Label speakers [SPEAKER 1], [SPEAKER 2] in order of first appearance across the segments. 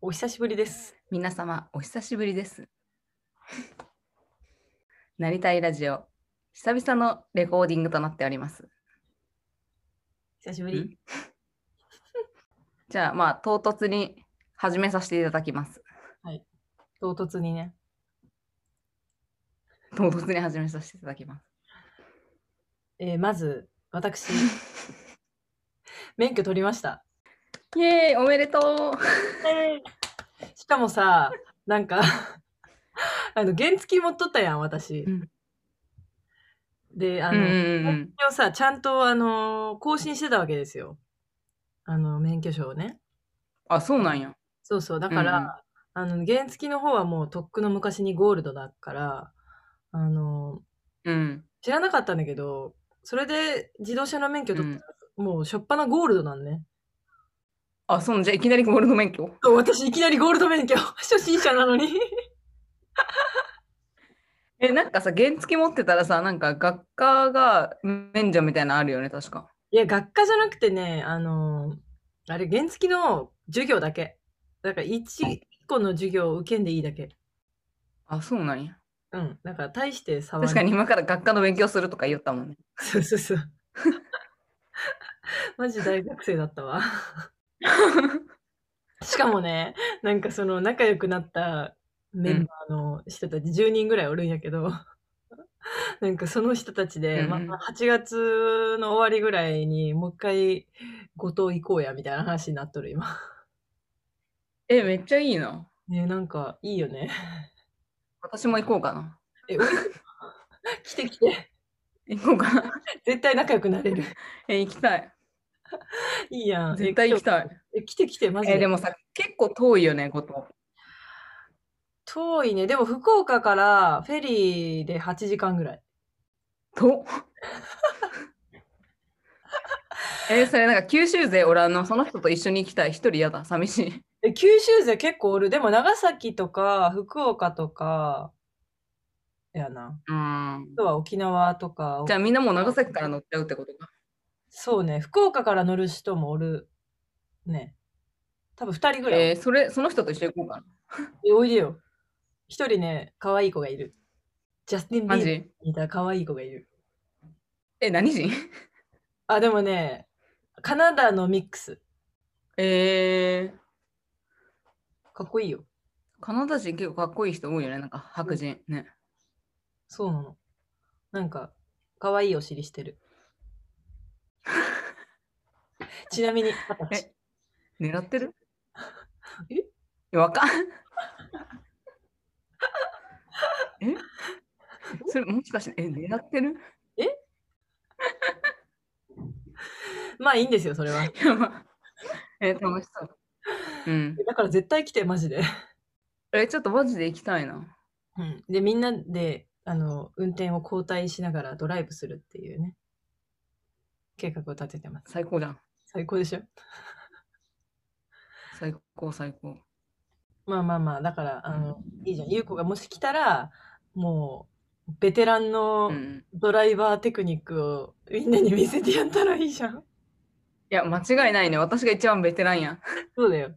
[SPEAKER 1] お久しぶりです。
[SPEAKER 2] 皆様お久しぶりです。 なりたいラジオ、久々のレコーディングとなっております。
[SPEAKER 1] 久しぶ
[SPEAKER 2] ん
[SPEAKER 1] り。
[SPEAKER 2] じゃあまあ唐突に始めさせていただきます。
[SPEAKER 1] 唐突にね。
[SPEAKER 2] 唐突に始めさせていただきます。
[SPEAKER 1] えーまず、私、 免許取りました。
[SPEAKER 2] イエーイおめでとう
[SPEAKER 1] しかもさ、なんか、 あの、原付持っとったやん、私。
[SPEAKER 2] うん
[SPEAKER 1] で、あ
[SPEAKER 2] うん
[SPEAKER 1] の、
[SPEAKER 2] うんう
[SPEAKER 1] 免
[SPEAKER 2] ん
[SPEAKER 1] 許をさ、ちゃんと、あの、更新してたわけですよ。あの、免許証をね。
[SPEAKER 2] あ、そうなんや。
[SPEAKER 1] そうそう。だから、あの、原付の方はもう、とっくの昔にゴールドだから、あの、
[SPEAKER 2] うん。
[SPEAKER 1] 知らなかったんだけど、それで自動車の免許取ったら、もうしょっぱなゴールドなんね。
[SPEAKER 2] あ、そうなんじゃあいきなりゴールド免許
[SPEAKER 1] そう私いきなりゴールド免許、 初心者なのに。
[SPEAKER 2] え、なんかさ、原付持ってたらさ、なんか学科が免除みたいなのあるよね、確か。
[SPEAKER 1] いや、学科じゃなくてね、あのーあれ、原付の授業だけ。だから1個の授業を受けんでいいだけ。
[SPEAKER 2] あ、そうなんや。
[SPEAKER 1] うん。だから大して差は
[SPEAKER 2] 確かに今から学科の勉強するとか言ったもんね。
[SPEAKER 1] そうそう そう。マジ大学生だったわ。しかもね、なんかその仲良くなったメンバーの人たち、10人ぐらいおるんやけど、 なんかその人たちで、
[SPEAKER 2] うんうん
[SPEAKER 1] まあ、8月の終わりぐらいにもう一回五島行こうやみたいな話になっとる今。
[SPEAKER 2] え、めっちゃいいな。
[SPEAKER 1] ねなんかいいよね。
[SPEAKER 2] 私も行こうかな。
[SPEAKER 1] え、おい 来て来て。
[SPEAKER 2] 行こうかな。
[SPEAKER 1] 絶対仲良くなれる。
[SPEAKER 2] え、行きたい。
[SPEAKER 1] いいやん。
[SPEAKER 2] 絶対行きたい。
[SPEAKER 1] え。え来て来て、マジ
[SPEAKER 2] え、
[SPEAKER 1] で。
[SPEAKER 2] でもさ、結構遠いよね、こと。
[SPEAKER 1] 遠いね。でも福岡からフェリーで8時間ぐらい。
[SPEAKER 2] と。 え、それなんか九州勢おらんの、その人と一緒に行きたい。一人やだ、寂しい。
[SPEAKER 1] え九州勢結構おる。でも長崎とか福岡とか、やな。
[SPEAKER 2] うん
[SPEAKER 1] あ。とは沖縄とか。
[SPEAKER 2] じゃあみんなもう長崎から乗っちゃうってことか。
[SPEAKER 1] そうね。福岡から乗る人もおる。ね。多分2人ぐらい。
[SPEAKER 2] えーそれ、その人と一緒に行こうかな。
[SPEAKER 1] えおいでよ。1人ね、可愛い子がいる。ジャスティン・ビ
[SPEAKER 2] マ
[SPEAKER 1] ーバー
[SPEAKER 2] ジ
[SPEAKER 1] にいた可愛い子がいる。
[SPEAKER 2] え、何人
[SPEAKER 1] あ、でもね、カナダのミックス。
[SPEAKER 2] え
[SPEAKER 1] かっこいいよ。
[SPEAKER 2] ー、カナダ人結構かっこいい人多いよね、なんか白人。ね。
[SPEAKER 1] そうなの。なんか、可愛いお尻 してる。ちなみに、二十歳
[SPEAKER 2] え狙ってる
[SPEAKER 1] え
[SPEAKER 2] いやわかん。えそれもしかして、え、狙ってる
[SPEAKER 1] まあいいんですよ、それは。
[SPEAKER 2] やば。え、楽しそう。うん。
[SPEAKER 1] だから絶対来て、マジで。
[SPEAKER 2] え、ちょっとマジで行きたいな。
[SPEAKER 1] うん、で、みんなで、あの、運転を交代しながらドライブするっていうね、計画を立ててます。
[SPEAKER 2] 最高じゃん。
[SPEAKER 1] 最高でしょ
[SPEAKER 2] 最高、最高。
[SPEAKER 1] まあまあまあ、だから、あの、いいじゃん。ゆうこがもし来たら、もう、ベテランの
[SPEAKER 2] うん。
[SPEAKER 1] ドライバーテクニックをみんなに見せてやったらいいじゃん。
[SPEAKER 2] いや、間違いないね。私が一番ベテランやん。
[SPEAKER 1] そうだよ。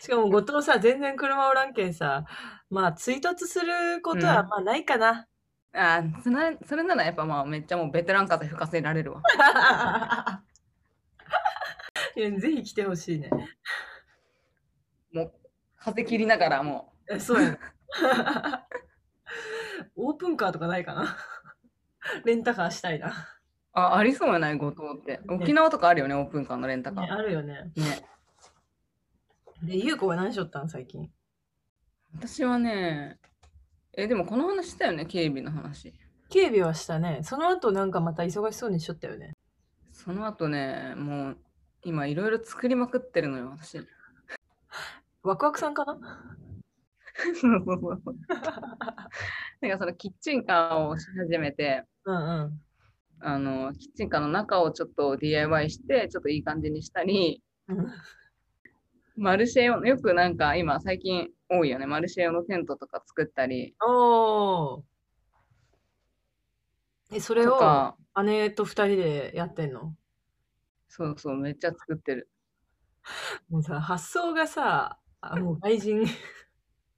[SPEAKER 1] しかも後藤さ、全然車おらんけんさ、まあ追突することは
[SPEAKER 2] うん
[SPEAKER 1] まあないかな。
[SPEAKER 2] あーそれそれならやっぱまあめっちゃもうベテラン風吹かせられるわ。
[SPEAKER 1] いやぜひ来てほしいね。
[SPEAKER 2] もう風切りながらも
[SPEAKER 1] えそうやな。 オープンカーとかないかな。 レンタカーしたいな。
[SPEAKER 2] う。あ、ありそうやない、後藤って。沖縄とかあるよね、オープンカーのレンタカ
[SPEAKER 1] ね
[SPEAKER 2] ー。
[SPEAKER 1] あるよね。
[SPEAKER 2] ね。
[SPEAKER 1] で、ゆうこは何しよったん最近。
[SPEAKER 2] 私はね、え、でもこの話したよね、警備の話。
[SPEAKER 1] 警備はしたね。その後なんかまた忙しそうにしとったよね。
[SPEAKER 2] その後ね、もう今いろいろ作りまくってるのよ、 私。
[SPEAKER 1] ワクワクさんかな
[SPEAKER 2] なんかそのキッチンカーをし始めて、
[SPEAKER 1] うんうん。
[SPEAKER 2] あの、キッチンカーの中をちょっと DIY して、ちょっといい感じにしたり、
[SPEAKER 1] うん
[SPEAKER 2] マルシェ用の、よくなんか今最近多いよね、マルシェ用のテントとか作ったり
[SPEAKER 1] おお。え、それ
[SPEAKER 2] と
[SPEAKER 1] を
[SPEAKER 2] か、
[SPEAKER 1] 姉と二人でやってんの
[SPEAKER 2] そうそう、めっちゃ作ってる。
[SPEAKER 1] もうさ、発想がさ、あもう外人。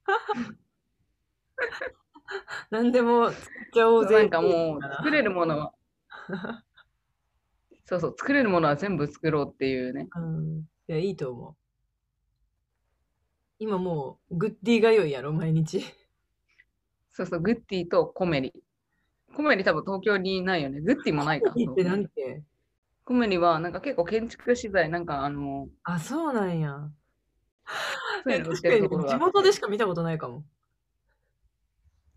[SPEAKER 1] 何でも作っちゃおうぜ。
[SPEAKER 2] なんかもう作れるものは、そうそう、作れるものは全部作ろうっていうね。
[SPEAKER 1] うん。いや、いいと思う。今もう、グッディが良いやろ、毎日。
[SPEAKER 2] そうそう、グッティとコメリ。コメリ多分東京にないよね。グッティもないか。
[SPEAKER 1] ってなんて。
[SPEAKER 2] コメリはなんか結構建築資材、なんかあの、
[SPEAKER 1] あ、そうなんや。
[SPEAKER 2] そういうの売っ
[SPEAKER 1] 確
[SPEAKER 2] て
[SPEAKER 1] か
[SPEAKER 2] る
[SPEAKER 1] に
[SPEAKER 2] ところが
[SPEAKER 1] 地元でしか見たことないかも。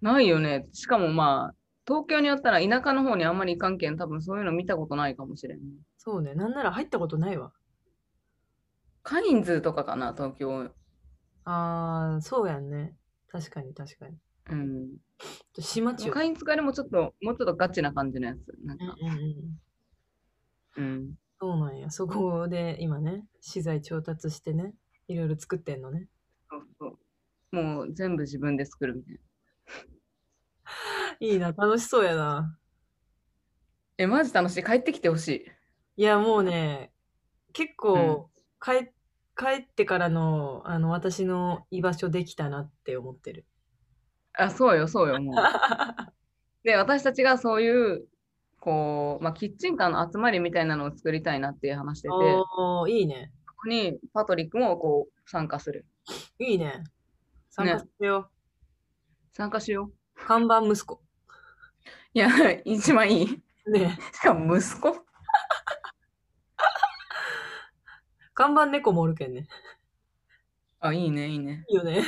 [SPEAKER 2] ないよね。しかもまあ、東京にあったら田舎の方にあんまり行かんけん、多分そういうの見たことないかもしれんね。
[SPEAKER 1] そうね。なんなら入ったことないわ。
[SPEAKER 2] カインズとかかな、東京。
[SPEAKER 1] ああ、そうやんね。確かに確かに。
[SPEAKER 2] うん。
[SPEAKER 1] ちょ島中。
[SPEAKER 2] カインズがでもちょっと、もうちょっとガチな感じのやつ。なん
[SPEAKER 1] うん
[SPEAKER 2] か、
[SPEAKER 1] うんうん
[SPEAKER 2] うん。
[SPEAKER 1] そうなんや。 そこで今ね、資材調達してね、いろいろ作ってんのね。
[SPEAKER 2] そうそう。もう全部自分で作るみたいな。
[SPEAKER 1] いいな、楽しそうやな。
[SPEAKER 2] え、マジ楽しい。帰ってきてほし
[SPEAKER 1] い
[SPEAKER 2] い。
[SPEAKER 1] や、もうね、結構、帰帰ってからの、あの、私の居場所できたなって思ってる。
[SPEAKER 2] あ、そうよ、そう よ、もう。で、私たちがそういう、こう、まあ、キッチンカーの集まりみたいなのを作りたいなっていう話してて、そ
[SPEAKER 1] おーいいね。
[SPEAKER 2] こにパトリックもこう、参加する。
[SPEAKER 1] いいね。参加してよ。
[SPEAKER 2] 参加しよう。
[SPEAKER 1] 看板息子。
[SPEAKER 2] いや、 一番いい。し
[SPEAKER 1] ね
[SPEAKER 2] かも息子
[SPEAKER 1] 看板猫もおるけんね。
[SPEAKER 2] あ、いいね、いいね。
[SPEAKER 1] いいよね。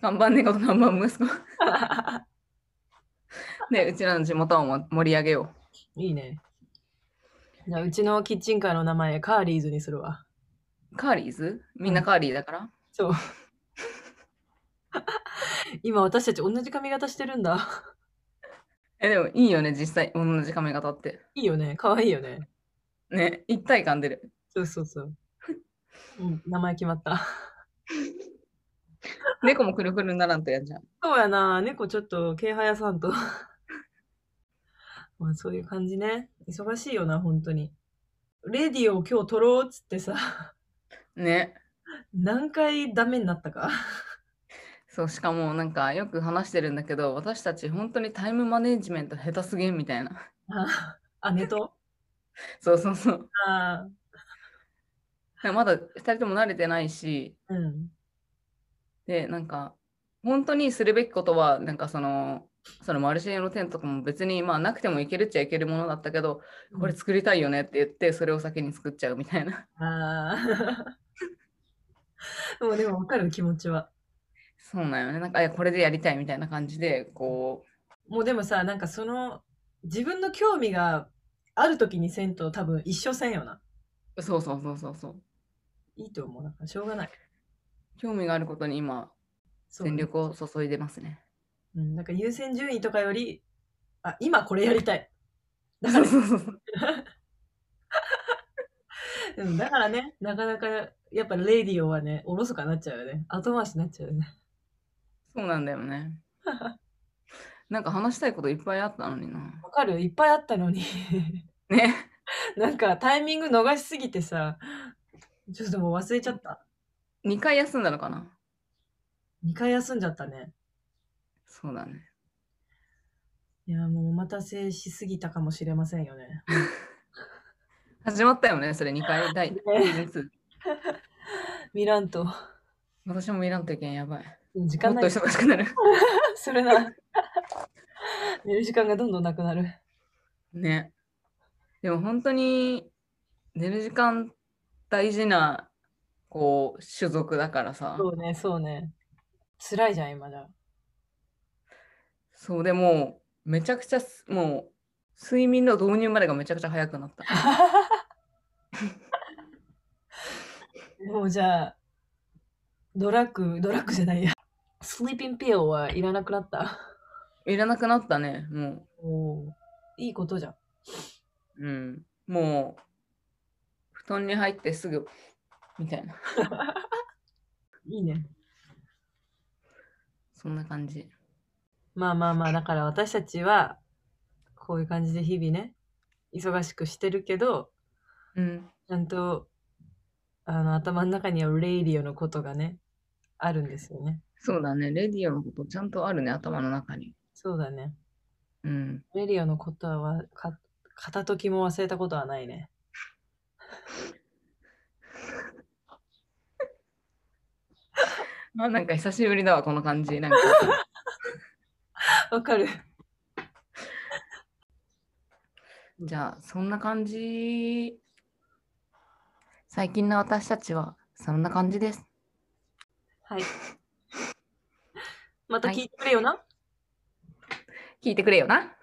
[SPEAKER 2] 看板猫と看板息 子。で、うちらの地元をも盛り上げよ
[SPEAKER 1] いいね。じゃあうちのキッチンカーの名前、カーリーズにするわ。
[SPEAKER 2] う。カーリーズみんなカーリーだから。
[SPEAKER 1] そう。今私たち同じ髪型してるんだ。
[SPEAKER 2] え、でもいいよね、実際、同じ髪型って。
[SPEAKER 1] いいよね。かわいいよね。
[SPEAKER 2] ね、一体感出る。
[SPEAKER 1] そうそう そう。うん、名前決まった。
[SPEAKER 2] 猫もくるくるにならんとやんじゃん。
[SPEAKER 1] そうやな。猫ちょっと、毛早さんと。 まあそういう感じね。忙しいよな、本当に。レディを今日撮ろうっつってさ、
[SPEAKER 2] ね。
[SPEAKER 1] 何回ダメになったか。
[SPEAKER 2] そう、しかもなんかよく話してるんだけど、私たち本当にタイムマネジメント下手すぎんみたいな。
[SPEAKER 1] ああ、姉と
[SPEAKER 2] そうそうそう。
[SPEAKER 1] あ
[SPEAKER 2] まだ2人とも慣れてないし、
[SPEAKER 1] あ、うん。
[SPEAKER 2] で、なんか、本当にするべきことは、なんかその、そのマルシェのテントとかも別に、まあなくてもいけるっちゃいけるものだったけど、これ作りたいよねって言って、それを先に作っちゃうみたいな。
[SPEAKER 1] あ あ。もうでも分かる気持ちは。
[SPEAKER 2] そうなんよね。なんか、いやこれでやりたいみたいな感じで、こ
[SPEAKER 1] もうでもさ、なんかその自分の興味がある時にせんと多分一緒せんよな。
[SPEAKER 2] う、そうそうそうそうそう。
[SPEAKER 1] いいと思う。なんかしょうがない。
[SPEAKER 2] 興味があることに今、
[SPEAKER 1] そう
[SPEAKER 2] 全力を注いでますね。
[SPEAKER 1] うん、なんか優先順位とかより、あ、今これやりたい。 だか
[SPEAKER 2] そう
[SPEAKER 1] ら、
[SPEAKER 2] そうそう。
[SPEAKER 1] うん、だからね、なかなかやっぱレディオはね、おろそかになっちゃうよね。後回しになっちゃうよね。
[SPEAKER 2] そうなんだよね。なんか話したいこといっぱいあったのにな。
[SPEAKER 1] わかるいっぱいあったのに。
[SPEAKER 2] ね。
[SPEAKER 1] なんかタイミング逃しすぎてさ、ちょっともう忘れちゃった。
[SPEAKER 2] 2回休んだのかな
[SPEAKER 1] 2回休んじゃったね。
[SPEAKER 2] そうだね。
[SPEAKER 1] いや、もうお待たせしすぎたかもしれませんよね。
[SPEAKER 2] 始まったよね、それ2回。第シーズン
[SPEAKER 1] 見らんと。
[SPEAKER 2] 2私も見らんといけん、やばい。
[SPEAKER 1] 時
[SPEAKER 2] も
[SPEAKER 1] 間
[SPEAKER 2] っ
[SPEAKER 1] な
[SPEAKER 2] と
[SPEAKER 1] い。
[SPEAKER 2] 忙しくなる。
[SPEAKER 1] それな。 寝る時間がどんどんなくなる。
[SPEAKER 2] ね。でも本当に寝る時間大事な、こう、種族だからさ。
[SPEAKER 1] そうね、そうね。辛いじゃん、今じゃ。
[SPEAKER 2] そうでもう、めちゃくちゃす、もう、睡眠の導入までがめちゃくちゃ早くなった。
[SPEAKER 1] もうじゃあ、ドラッグ、ドラッグじゃないや。スリーピンピオはいらなくなった。
[SPEAKER 2] いらなくなったね、も
[SPEAKER 1] お
[SPEAKER 2] う。
[SPEAKER 1] ーいいことじゃん。
[SPEAKER 2] うん、もう布団に入ってすぐみたいな
[SPEAKER 1] いいね。
[SPEAKER 2] そんな感じ
[SPEAKER 1] まあまあまあ、だから私たちは、こういう感じで日々ね、忙しくしてるけど、
[SPEAKER 2] うん
[SPEAKER 1] ちゃんとあの、頭の中にはレイディオのことがね、あるんですよね。
[SPEAKER 2] そうだね。レディオのことちゃんとあるね、頭の中に。
[SPEAKER 1] そうだね。
[SPEAKER 2] うん。
[SPEAKER 1] レディオのことは、か片時も忘れたことはないね。
[SPEAKER 2] あ、なんか久しぶりだわ、この感じ。なん か。
[SPEAKER 1] わかる。
[SPEAKER 2] じゃあ、そんな感じ。最近の私たちは、そんな感じです。
[SPEAKER 1] はい。また
[SPEAKER 2] はい
[SPEAKER 1] 聞いてくれよな。
[SPEAKER 2] 聞いてくれよな。